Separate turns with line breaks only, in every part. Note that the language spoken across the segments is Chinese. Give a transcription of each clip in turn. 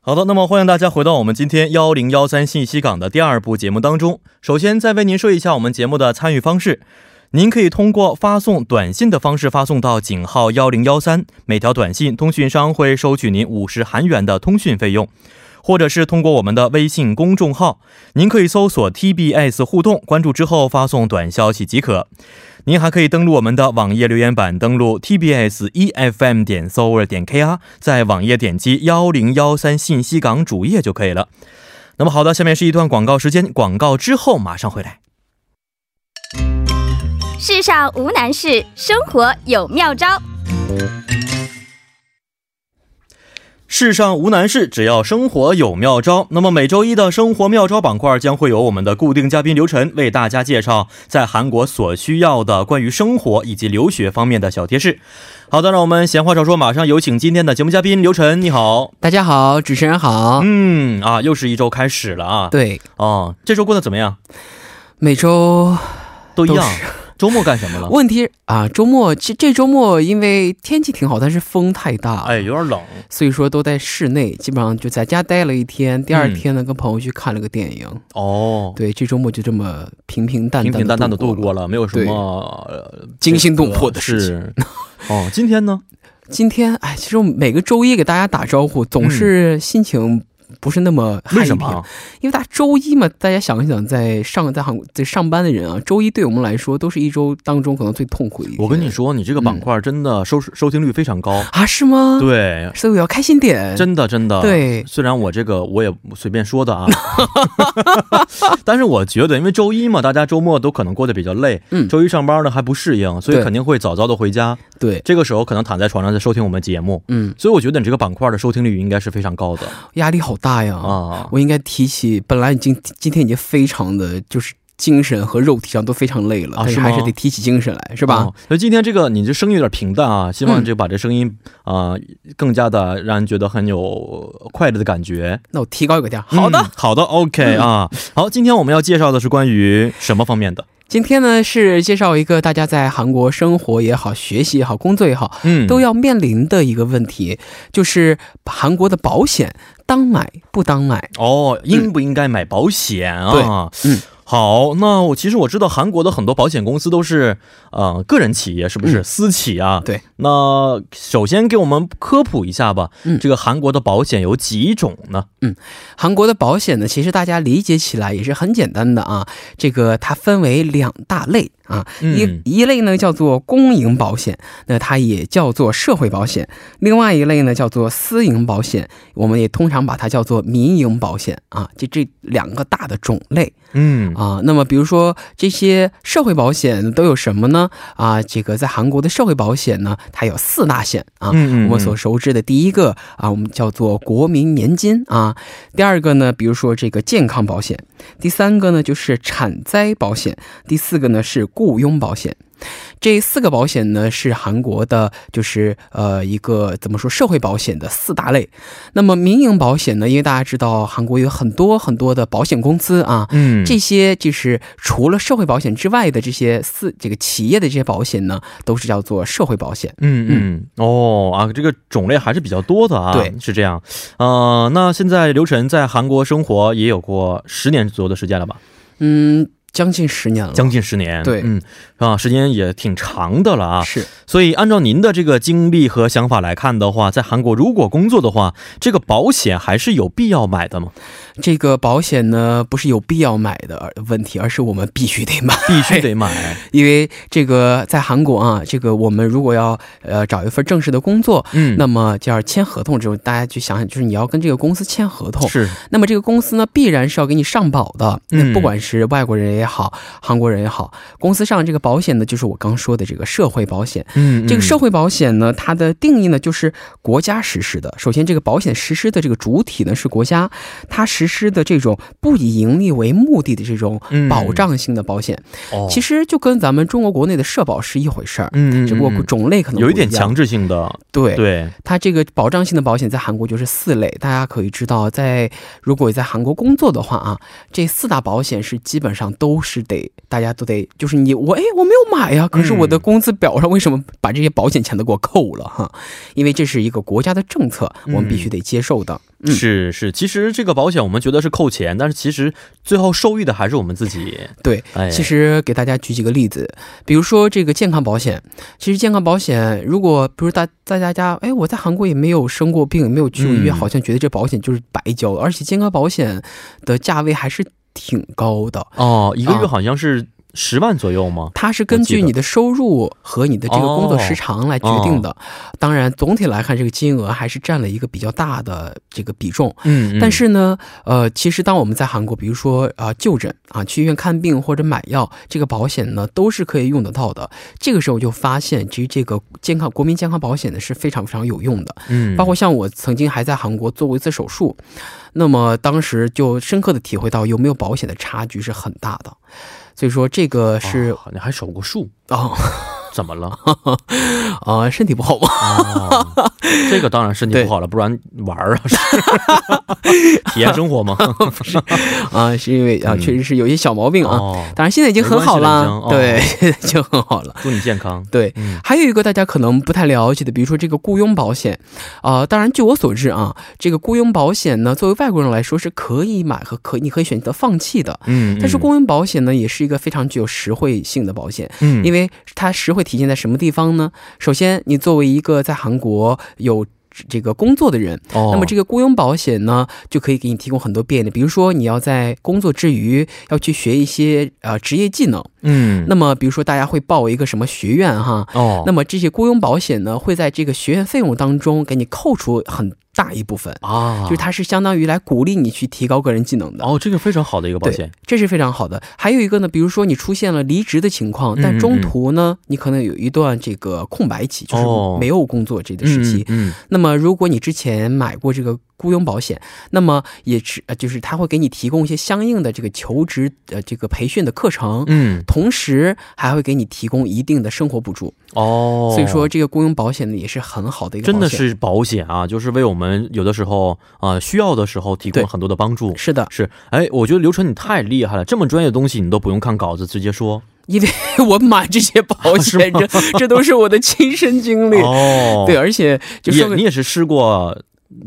好的，那么欢迎大家回到我们今天幺零幺三信息港的第二部节目当中。首先，再为您说一下我们节目的参与方式。您可以通过发送短信的方式发送到井号幺零幺三，每条短信通讯商会收取您五十韩元的通讯费用，或者是通过我们的微信公众号，您可以搜索 TBS 互动，关注之后发送短消息即可。您还可以登录我们的网页留言板，登录 tbs efm E 点 s o u r 点 kr，在网页点击幺零幺三信息港主页就可以了。那么好的，下面是一段广告时间，广告之后马上回来。
世上无难事，生活有妙招。
世上无难事，只要生活有妙招。那么每周一的生活妙招板块将会有我们的固定嘉宾刘晨为大家介绍在韩国所需要的关于生活以及留学方面的小贴士。好的，让我们闲话少说，马上有请今天的节目嘉宾刘晨，你好。
大家好，主持人好。
嗯啊，又是一周开始了啊。
对，
哦，这周过得怎么样？
每周
都一样
都是。
周末干什 么了？
问题啊，周末这这周末因为天气挺好，但是风太大，
哎，有点冷。
所以说都在室内，基本上就在家待了一
嗯
天。第二天呢，跟朋友去看了个电影。
哦，
对，这周末就这么平平淡淡
平
地
平淡淡的
度
度
过
过
了。
了，没有什么呃
惊心动魄的事情
是。哦，今天呢？
今天哎，其实我每个周一给大家打招呼，总是心情不是那么 嗨
嗯为
一
什
平
么啊？
因为大周一嘛，大家想一想，在上在韩国在上班的人啊，周一对我们来说都是一周当中可能最痛苦的一天。
我跟你说，你这个
嗯
板块真的收、收听率非常 高。
啊，是吗？，
对，
所以我要开心点。
真的真的。，
对，
虽然我这个我也随便说的啊， 但是我觉得，因为周一嘛，大家周末都可能过得比较累，
嗯
周一上班呢还不适应，所以
对
肯定会早早的回家。
对，
这个时候可能躺在床上在收听我们节目，
嗯，
所以我觉得你这个板块的收听率应该是非常高的
压力好大呀。
啊。
我应该提起，本来已经今天已经非常的就是精神和肉体上都非常累了，
啊
但
是
是
吗
还是得提起精神来，是吧？
哦所以今天这个你这声音有点平淡啊，希望这把这声音啊、更加的让人觉得很有快乐的感觉。
那我提高一个调。好的，
嗯好的，OK 啊。好，今天我们要介绍的是关于什么方面的？
今天呢是介绍一个大家在韩国生活也好、学习也好、工作也好，
嗯，
都要面临的一个问题，就是韩国的保险当买不当买。
哦，应不应该买保险啊？
对嗯
好，那我其实我知道韩国的很多保险公司都是呃个人企业，是不是、
嗯
私企啊？
对。
那首先给我们科普一下吧，
嗯啊
这个韩国的保险有几种呢？
韩国的保险呢，其实大家理解起来也是很简单的啊。这个它分为两大类啊，
嗯
一一类呢叫做公营保险，那它也叫做社会保险；另外一类呢叫做私营保险，我们也通常把它叫做民营保险啊。这这两个大的种类
嗯
啊。那么比如说这些社会保险都有什么呢？啊，这个在韩国的社会保险呢，它有四大险啊。
嗯
我们所熟知的第一个啊，我们叫做国民年金啊。第二个呢，比如说这个健康保险；第三个呢，就是产灾保险；第四个呢是雇佣保险。这四个保险呢是韩国的，就是呃一个怎么说社会保险的四大类。那么民营保险呢，因为大家知道韩国有很多很多的保险公司啊，
嗯
这些就是除了社会保险之外的这些四这个企业的这些保险呢，都是叫做社会保险。
嗯嗯哦啊，这个种类还是比较多的啊。
对，
是这样。呃，那现在刘晨在韩国生活也有过十年左右的时间了吧？
嗯，将近十年了，
将近十年。
对
嗯啊，时间也挺长的了啊。
是
所以，按照您的这个经历和想法来看的话，在韩国如果工作的话，这个保险还是有必要买的 吗？
这个保险呢，不是有必要买的问题，而是我们必须得买，
必须得买。
因为这个在韩国啊，这个我们如果要呃找一份正式的工作，
嗯，
那么就要签合同之后，大家去想想，就是你要跟这个公司签合同，
是
那么这个公司呢，必然是要给你上保的，
嗯
那不管是外国人也好，韩国人也好，公司上这个保险呢，就是我刚说的这个社会保险。
嗯，
这个社
会
会保险呢，它的定义呢就是国家实施的。首先，这个保险实施的这个主体呢是国家，它实施的这种不以盈利为目的的这种保，障性的保险，
嗯哦、
其
实
实就跟咱们中国国内的社保是一回事儿。
嗯嗯，
只不过
嗯嗯
种类可能
有
不
一点
样
强，制性的，
对，
对，
它这个保障性的保险在韩国就是四类，大家可以知道，在如果在韩国工作的话啊，这四大保险是基本上都是得大家都得，就是你我哎我没有买呀，可是我的工资表上为什么把这些保险钱都给我扣了哈？因为这是一个国家的政策，我们必须得接受的。嗯嗯
是是，其实这个保险我们觉得是扣钱，但是其实最后受益的还是我们自己。
对，
哎，
其实给大家举几个例子，比如说这个健康保险，其实健康保险如果比如大在大家，哎，我在韩国也没有生过病，也没有去过医院，
嗯
好像觉得这保险就是白交的，而且健康保险的价位还是挺高的。
哦，一个月
啊
好像是十万左右吗？
它是根
我记
据
得
你的收入和你的这个工作时长来决定
哦
的，当然总体来看，这个金额还是占了一个比较大的这个比重。
嗯
但是呢，呃，其实当我们在韩国，比如说啊、就诊啊，去医院看病或者买药，这个保险呢都是可以用得到的。这个时候就发现，其实这个健康国民健康保险呢是非常非常有用的。
嗯，
包括像我曾经还在韩国做过一次手术，那么当时就深刻的体会到有没有保险的差距是很大的。所以说这个是
哦你还手过术，
哦
怎么了？
啊、身体不好吗？
哦，这个当然身体不好了，不然玩 儿啊，是体验生活嘛。
啊、是因为啊、
嗯
确实是有一些小毛病啊。
哦，
当然现在已经很好啦，
没关系了已经哦，
对 现在就很好了。
祝你健康。
对，
嗯
还有一个大家可能不太了解的，比如说这个雇佣保险，啊、当然据我所知啊，这个雇佣保险呢，作为外国人来说是可以买和可你可以选择放弃的。
嗯，
但是
嗯
雇佣保险呢，也是一个非常具有实惠性的保险，
嗯，
因为它实惠体现在什么地方呢？首先，你作为一个在韩国有这个工作的人，
哦，
那么这个雇佣保险呢，就可以给你提供很多便利，比如说你要在工作之余要去学一些呃职业技能，
嗯，
那么比如说大家会报一个什么学院哈，
哦，
那么这些雇佣保险呢，会在这个学院费用当中给你扣除很大一部分，
啊，
就是它是相当于来鼓励你去提高个人技能的。
哦，这个非常好的一个保
对
险。
这是非常好的。还有一个呢，比如说你出现了离职的情况，
嗯
但中途呢，你可能有一段这个空白期，就是
哦
没有工作这
嗯
个时期。
嗯，
那么如果你之前买过这个雇佣保险，那么也是呃就是它会给你提供一些相应的这个求职呃这个培训的课程，
嗯，嗯
同时还会给你提供一定的生活补助。
哦，
所以说这个雇佣保险呢也是很好的一个
真
保
的
险，
是保险啊，就是为我们有的时候啊、呃需要的时候提供
对
很多的帮助。
是的，
是，哎，我觉得刘晨你太厉害了，这么专业的东西你都不用看稿子直接说。
因为我买这些保 险，这这都是我的亲身经历。
哦，
对，，而且就
也
说个
你也是试过，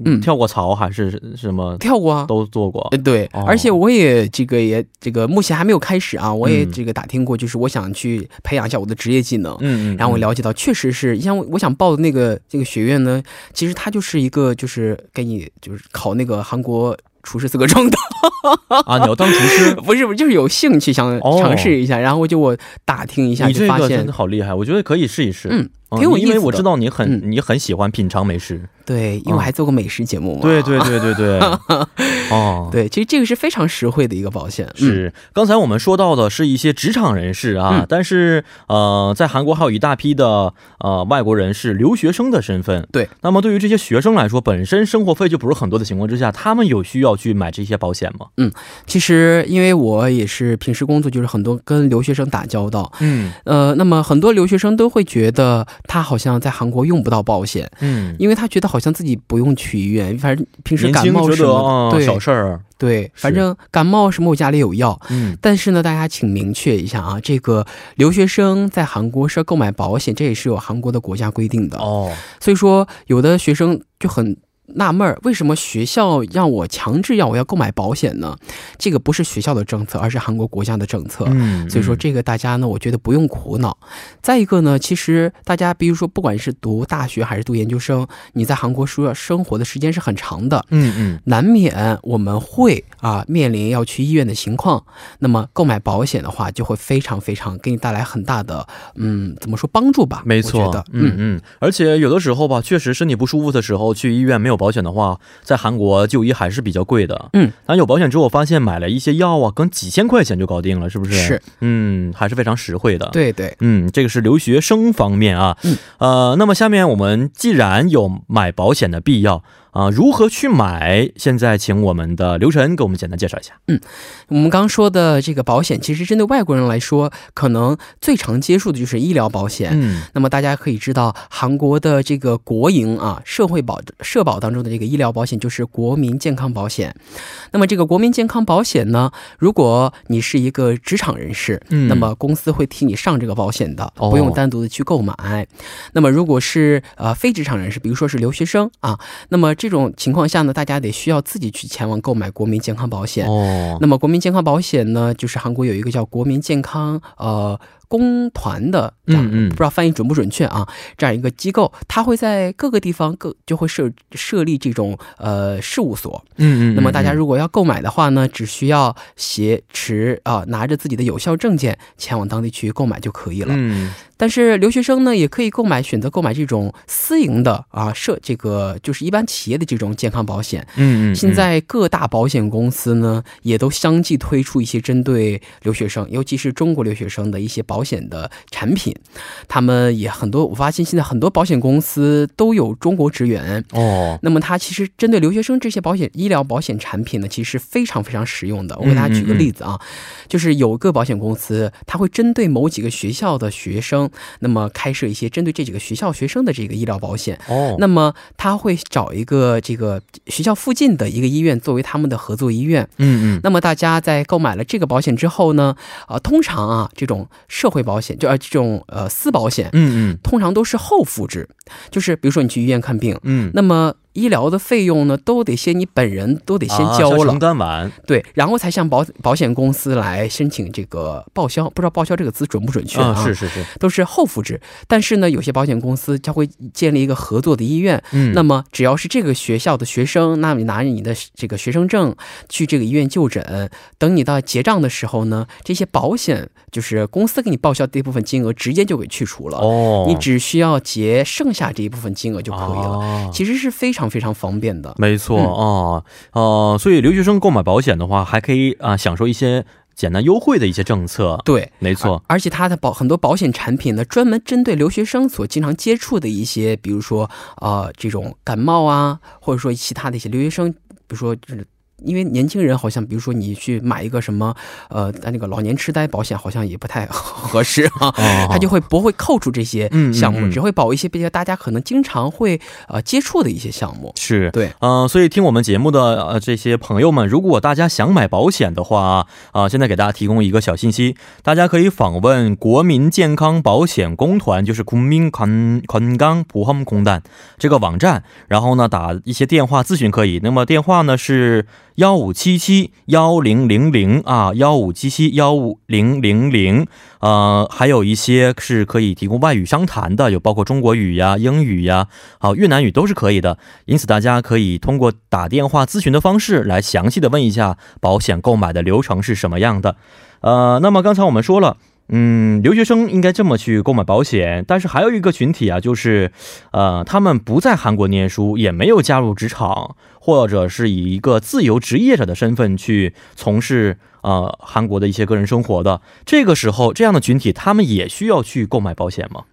嗯
跳过槽还是什么
跳过啊，
都做过
呃。对，
哦
而且我也这个也这个目前还没有开始啊，我也
嗯
这个打听过，就是我想去培养一下我的职业技能。
嗯嗯，
然后我了解到，确实是像我我想报的那个这个学院呢，其实它就是一个就是给你就是考那个韩国厨师资格证的。 ，
啊，你要当厨师
不是不是，就是有兴趣想
哦
尝试一下，然后就我打 听一下，
你
就
这
发
个
现
真的，好厉害，我觉得可以试一试。
嗯，
嗯
挺有意思
因
的。
为我知道你很、
嗯
你很喜欢品尝美食，
对，因为我还做过美食节目嘛。
嗯对对对对 对，哦，
对，其实这个是非常实惠的一个保险。嗯，
是，刚才我们说到的是一些职场人士啊，
嗯
但是呃，在韩国还有一大批的呃外国人是留学生的身份。
对，
那么对于这些学生来说，本身生活费就不是很多的情况之下，他们有需要去买这些保险吗？
其实因为我也是平时工作就是很多跟留学生打交道，
嗯
呃，那么很多留学生都会觉得他好像在韩国用不到保险，
嗯，
因为他觉得好像自己不用去医院，反正平时
年
感
轻
冒
觉
什
得啊、
么的，
小
对
事儿，
对，反正感冒什么我家里有药，
嗯
但是呢，大家请明确一下啊，这个留学生在韩国是要购买保险，这也是有韩国的国家规定的。
哦
所以说，有的学生就很纳闷儿，为什么学校让我强制让我要购买保险呢？这个不是学校的政策，而是韩国国家的政策。
嗯，
所以说这个大家呢，我觉得不用苦恼。再一个呢，其实大家比如说，不管是读大学还是读研究生，你在韩国说生活的时间是很长的，
嗯嗯
难免我们会啊面临要去医院的情况，那么购买保险的话，就会非常非常给你带来很大的嗯，怎么说帮助吧？
没
我觉
错
得，
嗯嗯，而且有的时候吧，确实身体不舒服的时候去医院没有保险的话，在韩国就医还是比较贵的。
嗯，
但有保险之后，我发现买了一些药啊，跟几千块钱就搞定了，是不是？
是，
嗯，还是非常实惠的。。
对对，
嗯，这个是留学生方面啊，
嗯
呃，那么下面我们既然有买保险的必要啊、如何去买？现在请我们的刘晨给我们简单介绍一下。
我们刚说的这个保险，其实针对外国人来说，可能最常接触的就是医疗保险。
嗯，
那么大家可以知道，韩国的这个国营啊社会保社保当中的这个医疗保险就是国民健康保险。那么这个国民健康保险呢，如果你是一个职场人士，
嗯
那么公司会替你上这个保险的，
哦
不用单独的去购买。那么如果是呃非职场人士，比如说是留学生啊，那么这种情况下呢，大家得需要自己去前往购买国民健康保险。
哦，
那么国民健康保险呢，就是韩国有一个叫国民健康呃公团的这样，
嗯嗯
不知道翻译准不准确啊？这样一个机构，它会在各个地方各就会设设立这种呃事务所。
嗯嗯，
那么大家
嗯
如果要购买的话呢，只需要携持啊、拿着自己的有效证件前往当地去购买就可以了。
嗯
但是留学生呢，也可以购买选择购买这种私营的啊社这个就是一般企业的这种健康保险。
嗯嗯，
现在各大保险公司呢，也都相继推出一些针对留学生，尤其是中国留学生的一些保险的产品。他们也很多，我发现现在很多保险公司都有中国职员。
哦，
那么它其实针对留学生这些保险、医疗保险产品呢，其实非常非常实用的。我给大家举
嗯
个例子啊，就是有个保险公司，它会针对某几个学校的学生，那么开设一些针对这几个学校学生的这个医疗保险。
哦，
那么他会找一个这个学校附近的一个医院作为他们的合作医院。
嗯嗯，
那么大家在购买了这个保险之后呢，啊、通常啊这种社会保险就呃这种呃私保险，
嗯嗯
通常都是后付制，就是比如说你去医院看病，
嗯，
那么医疗的费用呢，都得先你本人都得先
啊
交
要
了，
承担完，
对，然后才向保保险公司来申请这个报销。不知道报销这个词准不准确啊？
啊，是是是，
都是后付制。但是呢，有些保险公司它会建立一个合作的医院，
嗯，
那么只要是这个学校的学生，那你拿着你的这个学生证去这个医院就诊，等你到结账的时候呢，这些保险就是公司给你报销的一部分金额直接就给去除了，
哦，
你只需要结剩下这一部分金额就可以了。
啊
其实是非常非常方便的。
没错
嗯
啊、哦，呃，所以留学生购买保险的话，还可以啊、享受一些简单优惠的一些政策。
对，
没错，
而且它的保很多保险产品呢，专门针对留学生所经常接触的一些，比如说呃这种感冒啊，或者说其他的一些留学生，比如说就是。因为年轻人好像，比如说你去买一个什么，呃，那个老年痴呆保险好像也不太 合适啊，
哦
它就会不会扣除这些
嗯嗯
项目，
嗯
只会保一些比较大家可能经常会呃接触的一些项目。
是
对，
嗯、所以听我们节目的呃这些朋友们，如果大家想买保险的话啊、啊现在给大家提供一个小信息，大家可以访问国民健康保险公团，就是국민건강보험공단这个网站，然后呢打一些电话咨询可以，那么电话呢是幺五七七幺零零零啊，幺五七七幺五零零零，呃，还有一些是可以提供外语商谈的，有包括中国语呀、英语呀、好、越南语都是可以的。因此，大家可以通过打电话咨询的方式来详细的问一下保险购买的流程是什么样的。呃，那么刚才我们说了。嗯，留学生应该这么去购买保险，但是还有一个群体啊，就是，呃，他们不在韩国念书，也没有加入职场，或者是以一个自由职业者的身份去从事呃韩国的一些个人生活的。这个时候，这样的群体他们也需要去购买保险吗？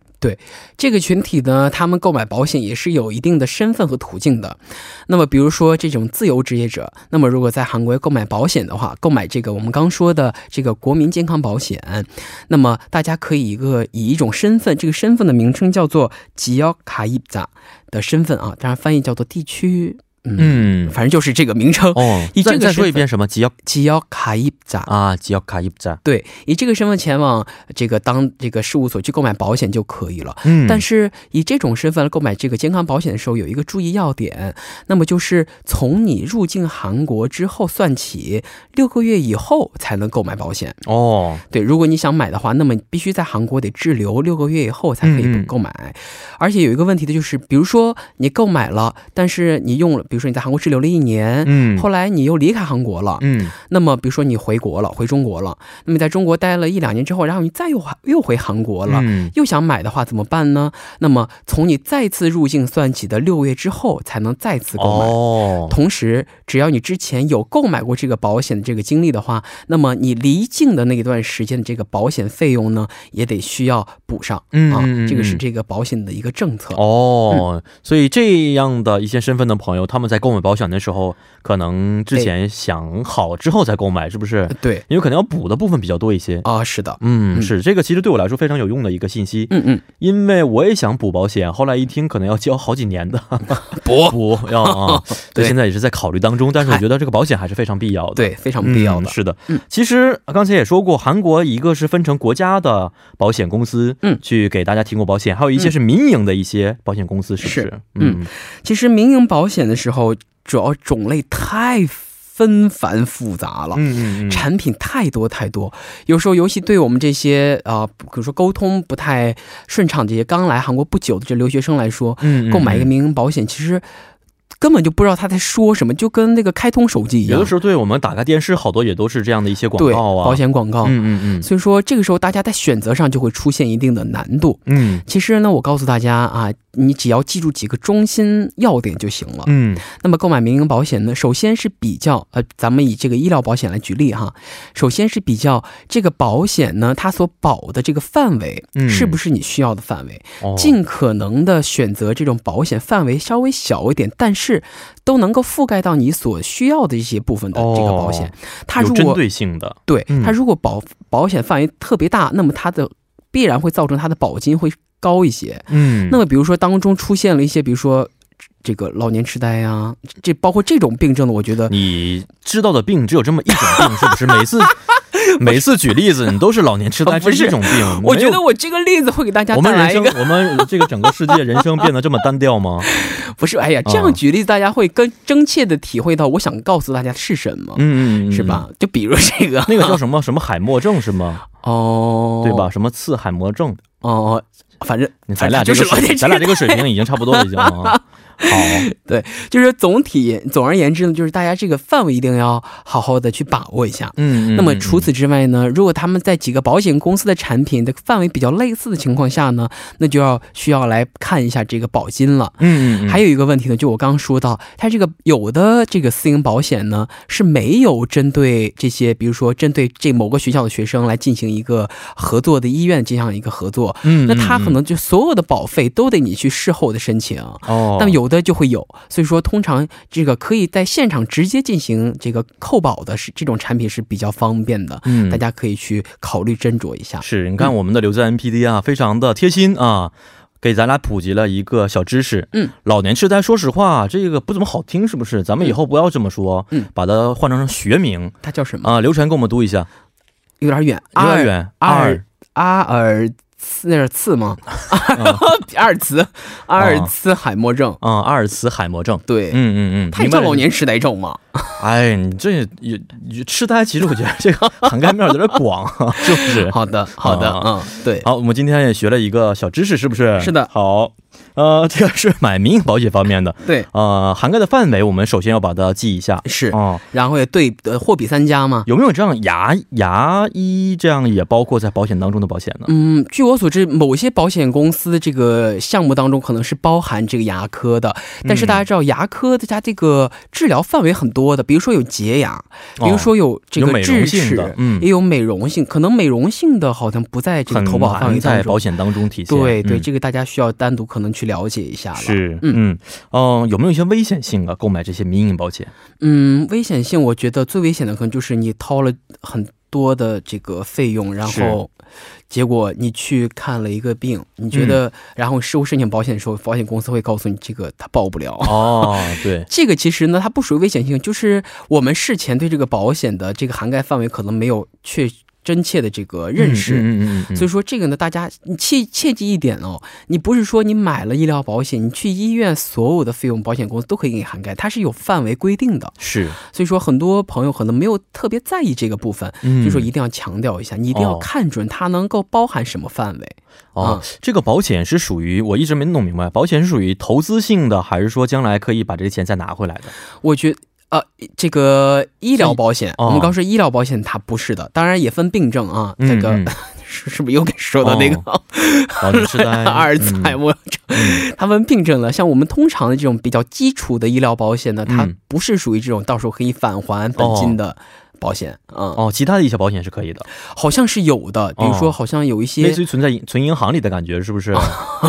这个群体呢，他们购买保险也是有一定的身份和途径的。那么，比如说这种自由职业者，那么如果在韩国购买保险的话，购买这个我们刚说的这个国民健康保险，那么大家可以一个以一种身份，这个身份的名称叫做吉奥卡伊扎的身份啊，当然翻译叫做地区，嗯，
嗯，
反正就是这个名称，
哦，
以这
再
个
再说
身啊
一遍什么？吉要
吉奥卡伊扎。
啊，吉要卡一扎。
对，以这个身份前往这个当这个事务所去购买保险就可以了。
嗯
但是以这种身份来购买这个健康保险的时候，有一个注意要点，那么就是从你入境韩国之后算起，六个月以后才能购买保险。
哦，
对，如果你想买的话，那么你必须在韩国得滞留六个月以后才可
嗯
以
嗯
购买。而且有一个问题的就是，比如说你购买了，但是你用了，比如说你在韩国滞留了一年。
嗯，
后来你又离开韩国了，
嗯，
那么比如说你回国了，回中国了，那么在中国待了一两年之后，然后你再又又回韩国了，
嗯，
又想买的话怎么办呢？那么从你再次入境算起的六个月之后，才能再次购买。
哦，
同时，只要你之前有购买过这个保险的这个经历的话，那么你离境的那一段时间的这个保险费用呢，也得需要补上
嗯
啊
嗯嗯。
这个是这个保险的一个政策。
哦，所以这样的一些身份的朋友，他们在购买保险的时候，可能之前想好之后再购买，是不是？
对
因为可能要补的部分比较多一些。
啊，是的，
呃嗯，
嗯
是这个，其实对我来说非常有用的一个信息，
嗯嗯，
因为我也想补保险，后来一听可能要交好几年的
补
补要 啊，所以
对
现在也是在考虑当中，但是我觉得这个保险还是非常必要的。
对，非常必要
嗯
的，
是的，
嗯
其实呃刚才也说过，韩国一个是分成国家的保险公司，
嗯
去给大家提供保险，还有一些是民营的一些保险公司，是嗯不是？
是嗯其实民营保险的时候，主要种类太纷繁复杂了。
嗯嗯嗯，
产品太多太多，有时候尤其对我们这些啊、呃比如说沟通不太顺畅这些刚来韩国不久的这留学生来说，
嗯
购买一个。民营保险，其实根本就不知道他在说什么，就跟那个开通手机一
有
样
的，时候，对我们打开电视，好多也都是这样的一些广
对
告啊，
保险广告。
嗯嗯
所以说，这个时候大家在选择上就会出现一定的难度。
嗯
其实呢，我告诉大家啊，你只要记住几个中心要点就行了。
嗯
那么购买民营保险呢，首先是比较，呃，咱们以这个医疗保险来举例哈，首先是比较这个保险呢，它所保的这个范围
嗯
是不是你需要的范围，
嗯，
尽可能的选择这种保险范围稍微小一点，但是都能够覆盖到你所需要的一些部分的这个保险。
哦
它
有
如
针
果
对性的，
对
嗯
它如果保保险范围特别大，那么它的必然会造成它的保金会高一些。
嗯
那么比如说当中出现了一些，比如说这个老年痴呆呀、啊这包括这种病症的，我觉得
你知道的病只有这么一种病，是不是？每 次每次举例子，你都是老年痴呆，
哦不
这
是
一种病。
我
没
觉
有
得我这个例子会给大家
我
带
们人
来一
生
个，
我们这个整个世界人生变得这么单调 吗？
不是，哎呀，这
啊
样举例子大家会更真切的体会到我想告诉大家的是什么，
嗯嗯，嗯
是？吧？就比如这个，
那个叫什么什么海默症是吗？
哦，
对吧？？什么次海默症？
哦，反正
咱俩
就
这
是
个
老
水
年
咱俩这个水平已经差不多了，已经啊。好，
就是总体总而言之呢，就是大家这个范围一定要好好的去把握一下。
嗯，嗯
那么除此之外呢，如果他们在几个保险公司的产品的范围比较类似的情况下呢，那就要需要来看一下这个保金了。
嗯嗯嗯，
还有一个问题呢，就我刚刚说到，它这个有的这个私营保险呢是没有针对这些，比如说针对这某个学校的学生来进行一个合作的医院进行一个合作，
嗯，嗯
那它可
嗯
能就所有的保费都得你去事后的申请。
哦，
但有的就会有，所以说通常这个可以在现场直接进行这个扣保的是这种产品是比较方便的，
嗯
大家可以去考虑斟酌一下。
是，你看我们的刘在 NPD 啊，非常的贴心啊，给咱俩普及了一个小知识。
嗯，
老年痴呆，说实话，这个不怎么好听，是不是？咱们以后不要这么说，
嗯，
把它换成学名
它叫什么？
啊。刘晨给我们读一下，
有点远，
幼
阿
儿
尔
园
阿
二
尔阿尔茨那是茨吗？ 阿尔茨阿尔茨海默症，
啊，阿尔茨海默症。
对，
嗯嗯嗯，
它也
明
叫
白
老
了。
年痴呆症嘛。
哎，你这也也痴呆，其实我觉得 这个涵盖面有点广，是不是？
好的，好的，嗯，对，
好，我们今天也学了一个小知识，是不是？
是的
好，呃，这个是买民营保险方面的，
对
呃，涵盖的范围，我们首先要把它记一下。
是，
哦，
然后也对，呃，货比三家嘛。
有没有这样牙牙医这样也包括在保险当中的保险呢？
嗯，据我所知，某些保险公司的这个项目当中可能是包含这个牙科的，但是大
嗯
家知道，牙科的它这个治疗范围很多的，比如说有洁牙，比如说有这
哦有
个
美容
智
性
齿，
的嗯
也有美容性，可能美容性的好像不在这个
很
投保范围
难在
当
保
中。
险当中体现。
对对、
嗯
这个大家需要单独可能去了解一下了。，
是
嗯
嗯嗯、呃有没有一些危险性啊？购买这些民营保险？
嗯，危险性我觉得最危险的可能就是你掏了很多的这个费用，然后结果你去看了一个病，你
嗯
觉得，然后事后申请保险的时候，保险公司会告诉你这个它报不了。
哦，对，
这个其实呢，它不属于危险性，就是我们事前对这个保险的这个涵盖范围可能没有确真切的这个认识。
嗯嗯嗯嗯嗯，
所以说这个呢，大家你切切记一点哦，你不是说你买了医疗保险，你去医院所有的费用保险公司都可以给你涵盖，它是有范围规定的。
是，
所以说很多朋友可能没有特别在意这个部分，
嗯
所以说一定要强调一下，你一定要
哦
看准它能够包含什么范围。
哦
啊，
这个保险是属于我一直没弄明白，保险是属于投资性的，还是说将来可以把这个钱再拿回来的？
我觉呃，这个医疗保险，
哦
我们刚说医疗保险它不是的，当然也分病症啊，这个、
嗯哦嗯
是是不是又给说到那个？
老年痴呆、
阿尔茨海
嗯
默症，它分病症了。像我们通常的这种比较基础的医疗保险呢，它
嗯
不是属于这种到时候可以返还本金的保险啊、
哦，其他的一些保险是可以的，
好像是有的，比如说好像有一些
哦类似于存在银存银行里的感觉，是 不是？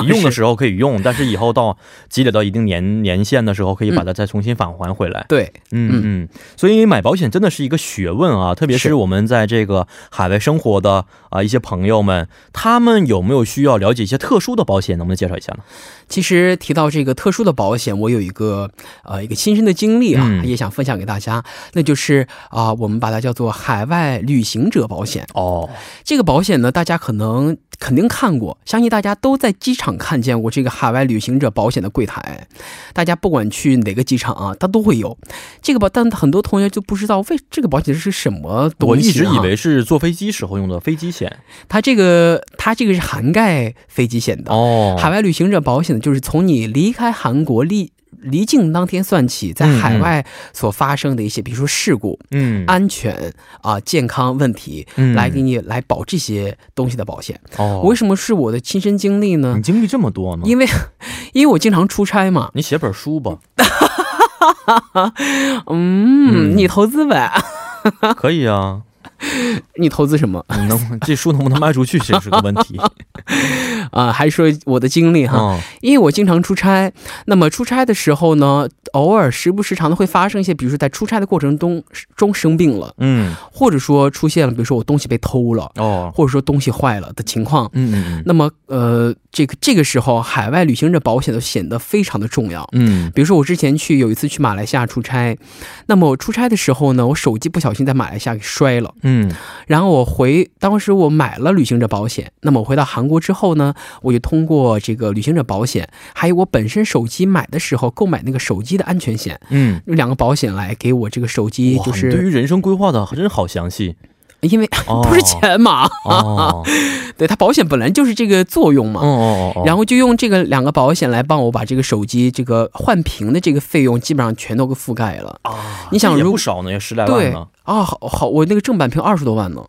用的时候可以用，哦但是以后到积累到一定年年限的时候，可以把它再重新返还回来。
对，
嗯嗯，所以买保险真的是一个学问啊，特别是
是
我们在这个海外生活的啊、一些朋友们，他们有没有需要了解一些特殊的保险？能不能介绍一下呢？
其实提到这个特殊的保险，我有一个呃一个亲身的经历啊，
嗯
也想分享给大家。那就是啊、我们把它叫做海外旅行者保险。
哦，
这个保险呢，大家可能肯定看过，相信大家都在机场看见过这个海外旅行者保险的柜台。大家不管去哪个机场啊，它都会有这个保，但很多同学就不知道为这个保险是什么东西、啊。
我一直以为是坐飞机时候用的飞机险。
它这个它这个是涵盖飞机险的。
哦，
海外旅行者保险就是从你离开韩国离离境当天算起，在
嗯嗯
海外所发生的一些，比如说事故、
嗯，
安全啊、健康问题，
嗯
来给你来保这些东西的保险。
哦，
为什么是我的亲身经历呢
你？经历这么多呢？
因为 因为我经常出差嘛。
你写本书吧，
嗯，你投资呗？
可以啊。
你投资什么
你 能这书能不能卖出去，这是个问 题。
啊、还说我的经历哈。
嗯
因为我经常出差，那么出差的时候呢，偶尔时不时常的会发生一些，比如说在出差的过程中中生病了，
嗯，
或者说出现了，比如说我东西被偷了，
哦，
或者说东西坏了的情况。
嗯嗯
那么，呃，这个这个时候，海外旅行者保险就显得非常的重要。
嗯
比如说，我之前去有一次去马来西亚出差，那么我出差的时候呢，我手机不小心在马来西亚给摔了，
嗯嗯，
然后我回当时我买了旅行者保险，那么我回到韩国之后呢，我就通过这个旅行者保险，还有我本身手机买的时候购买那个手机的安全险，
嗯，
用两个保险来给我这个手机，
哇
就
你对
是
于人生规划的真好详细
因为
哦
不是钱嘛，
哦
对它保险本来就是这个作用
哦
嘛。
哦哦，
然
后
后就用这个两个保险来帮我把这个手机这个换屏的这个费用基本上全都给覆盖了。
啊，
你想
这也
如
不少呢，要十来
对
万
啊
呢。、
好好，我那个正版屏二十多万呢。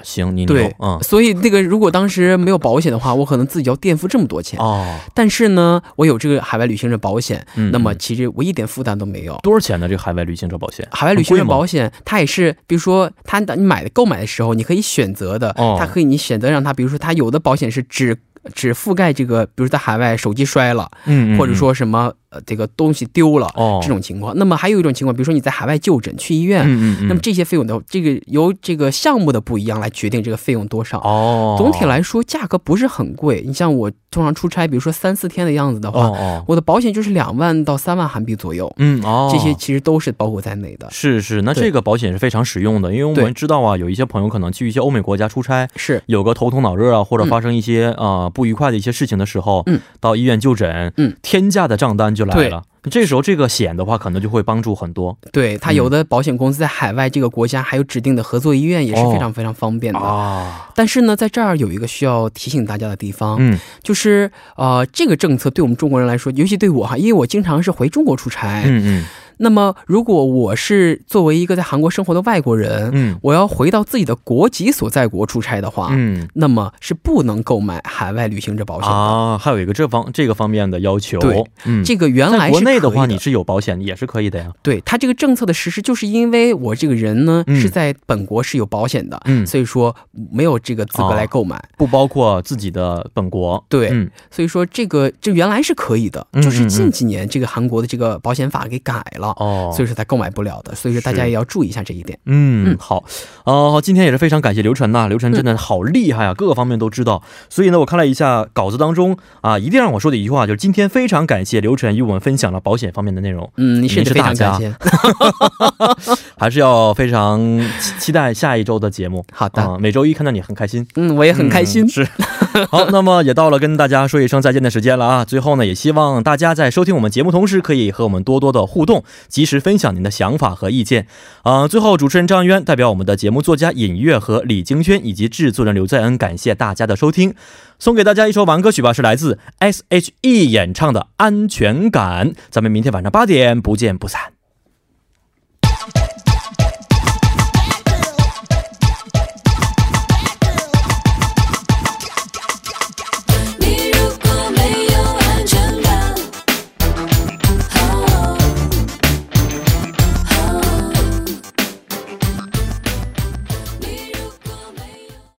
行，你
对
牛，嗯
所以那个如果当时没有保险的话，我可能自己要垫付这么多钱。
哦，
但是呢，我有这个海外旅行者保险，
嗯
那么
嗯
其实我一点负担都没有。
多少钱呢？这个海外旅行者保险，
海外旅行者
很贵吗
保险，它也是，比如说，它你买的购买的时候，你可以选择的，
哦
它可以你选择让它，比如说，它有的保险是只只覆盖这个，比如在海外手机摔了，
嗯，嗯
或者说什么呃这个东西丢了、
哦
这，种情况。那么还有一种情况，比如说你在海外就诊去医院，
嗯嗯，
那么这些费用的这个由这个项目的不一样来决定这个费用多少。
哦，
总体来说，价格不是很贵。你像我通常出差，比如说三四天的样子的
哦
话，
哦，
我的保险就是两万到三万韩币左右，
嗯哦，
这些其实都是包括在内的。
是是，那
对
这个保险是非常实用的，因为我
对
们知道啊，有一些朋友可能去一些欧美国家出差，
是
有个头痛脑热啊，或者
嗯
发生一些、呃不愉快的一些事情的时候，
嗯，
到医院就诊，
嗯，
天价的账单就来
对
了。这时候这个险的话，可能就会帮助很多
对，它
嗯
有的保险公司在海外这个国家还有指定的合作医院，也是非常非常方便的。
哦啊。
但是呢，在这儿有一个需要提醒大家的地方，
嗯
就是呃，这个政策对我们中国人来说，尤其对我哈，因为我经常是回中国出差。
嗯
那么，如果我是作为一个在韩国生活的外国人，
嗯
我要回到自己的国籍所在国出差的话，
嗯
那么是不能购买海外旅行者保
嗯
险的。
啊，还有一个这方这个方面的要求，
对，
嗯，
这个原来
在
是
国内的
可以
话，你是有保险也是可以的呀，
对他这个政策的实施，就是因为我这个人呢、
嗯
是在本国是有保险的，
嗯哦
所以说没有这个资格来购买。
不包括自己的本国，
对
嗯
所以说这个这原来是可以的，
嗯
就是近几年这个韩国的这个保险法给改了，
哦，
所以说才购买不了的。所以说大家
是
也要注意一下这一点。
嗯
嗯，
好，哦、今天也是非常感谢刘晨呐、刘晨真的好厉害啊，各个方面都知道。所以呢，我看了一下稿子当中啊，一定让我说的一句话就是，今天非常感谢刘晨与我们分享了保险方面的内容，
嗯，你是
您是
非常
大家
感谢。
还是要非常期期待下一周的节目。
好的，
啊、每周一看到你很开心，
嗯，我也很开心。
嗯是， 好，那么也到了跟大家说一声再见的时间了啊！最后呢，也希望大家在收听我们节目同时，可以和我们多多的互动，及时分享您的想法和意见。啊、最后主持人张渊代表我们的节目作家尹月和李京轩以及制作人刘在恩，感谢大家的收听。送给大家一首晚歌曲吧，是来 E 自 S.H.E 演唱的《安全感》。咱们明天晚上八点不见不散。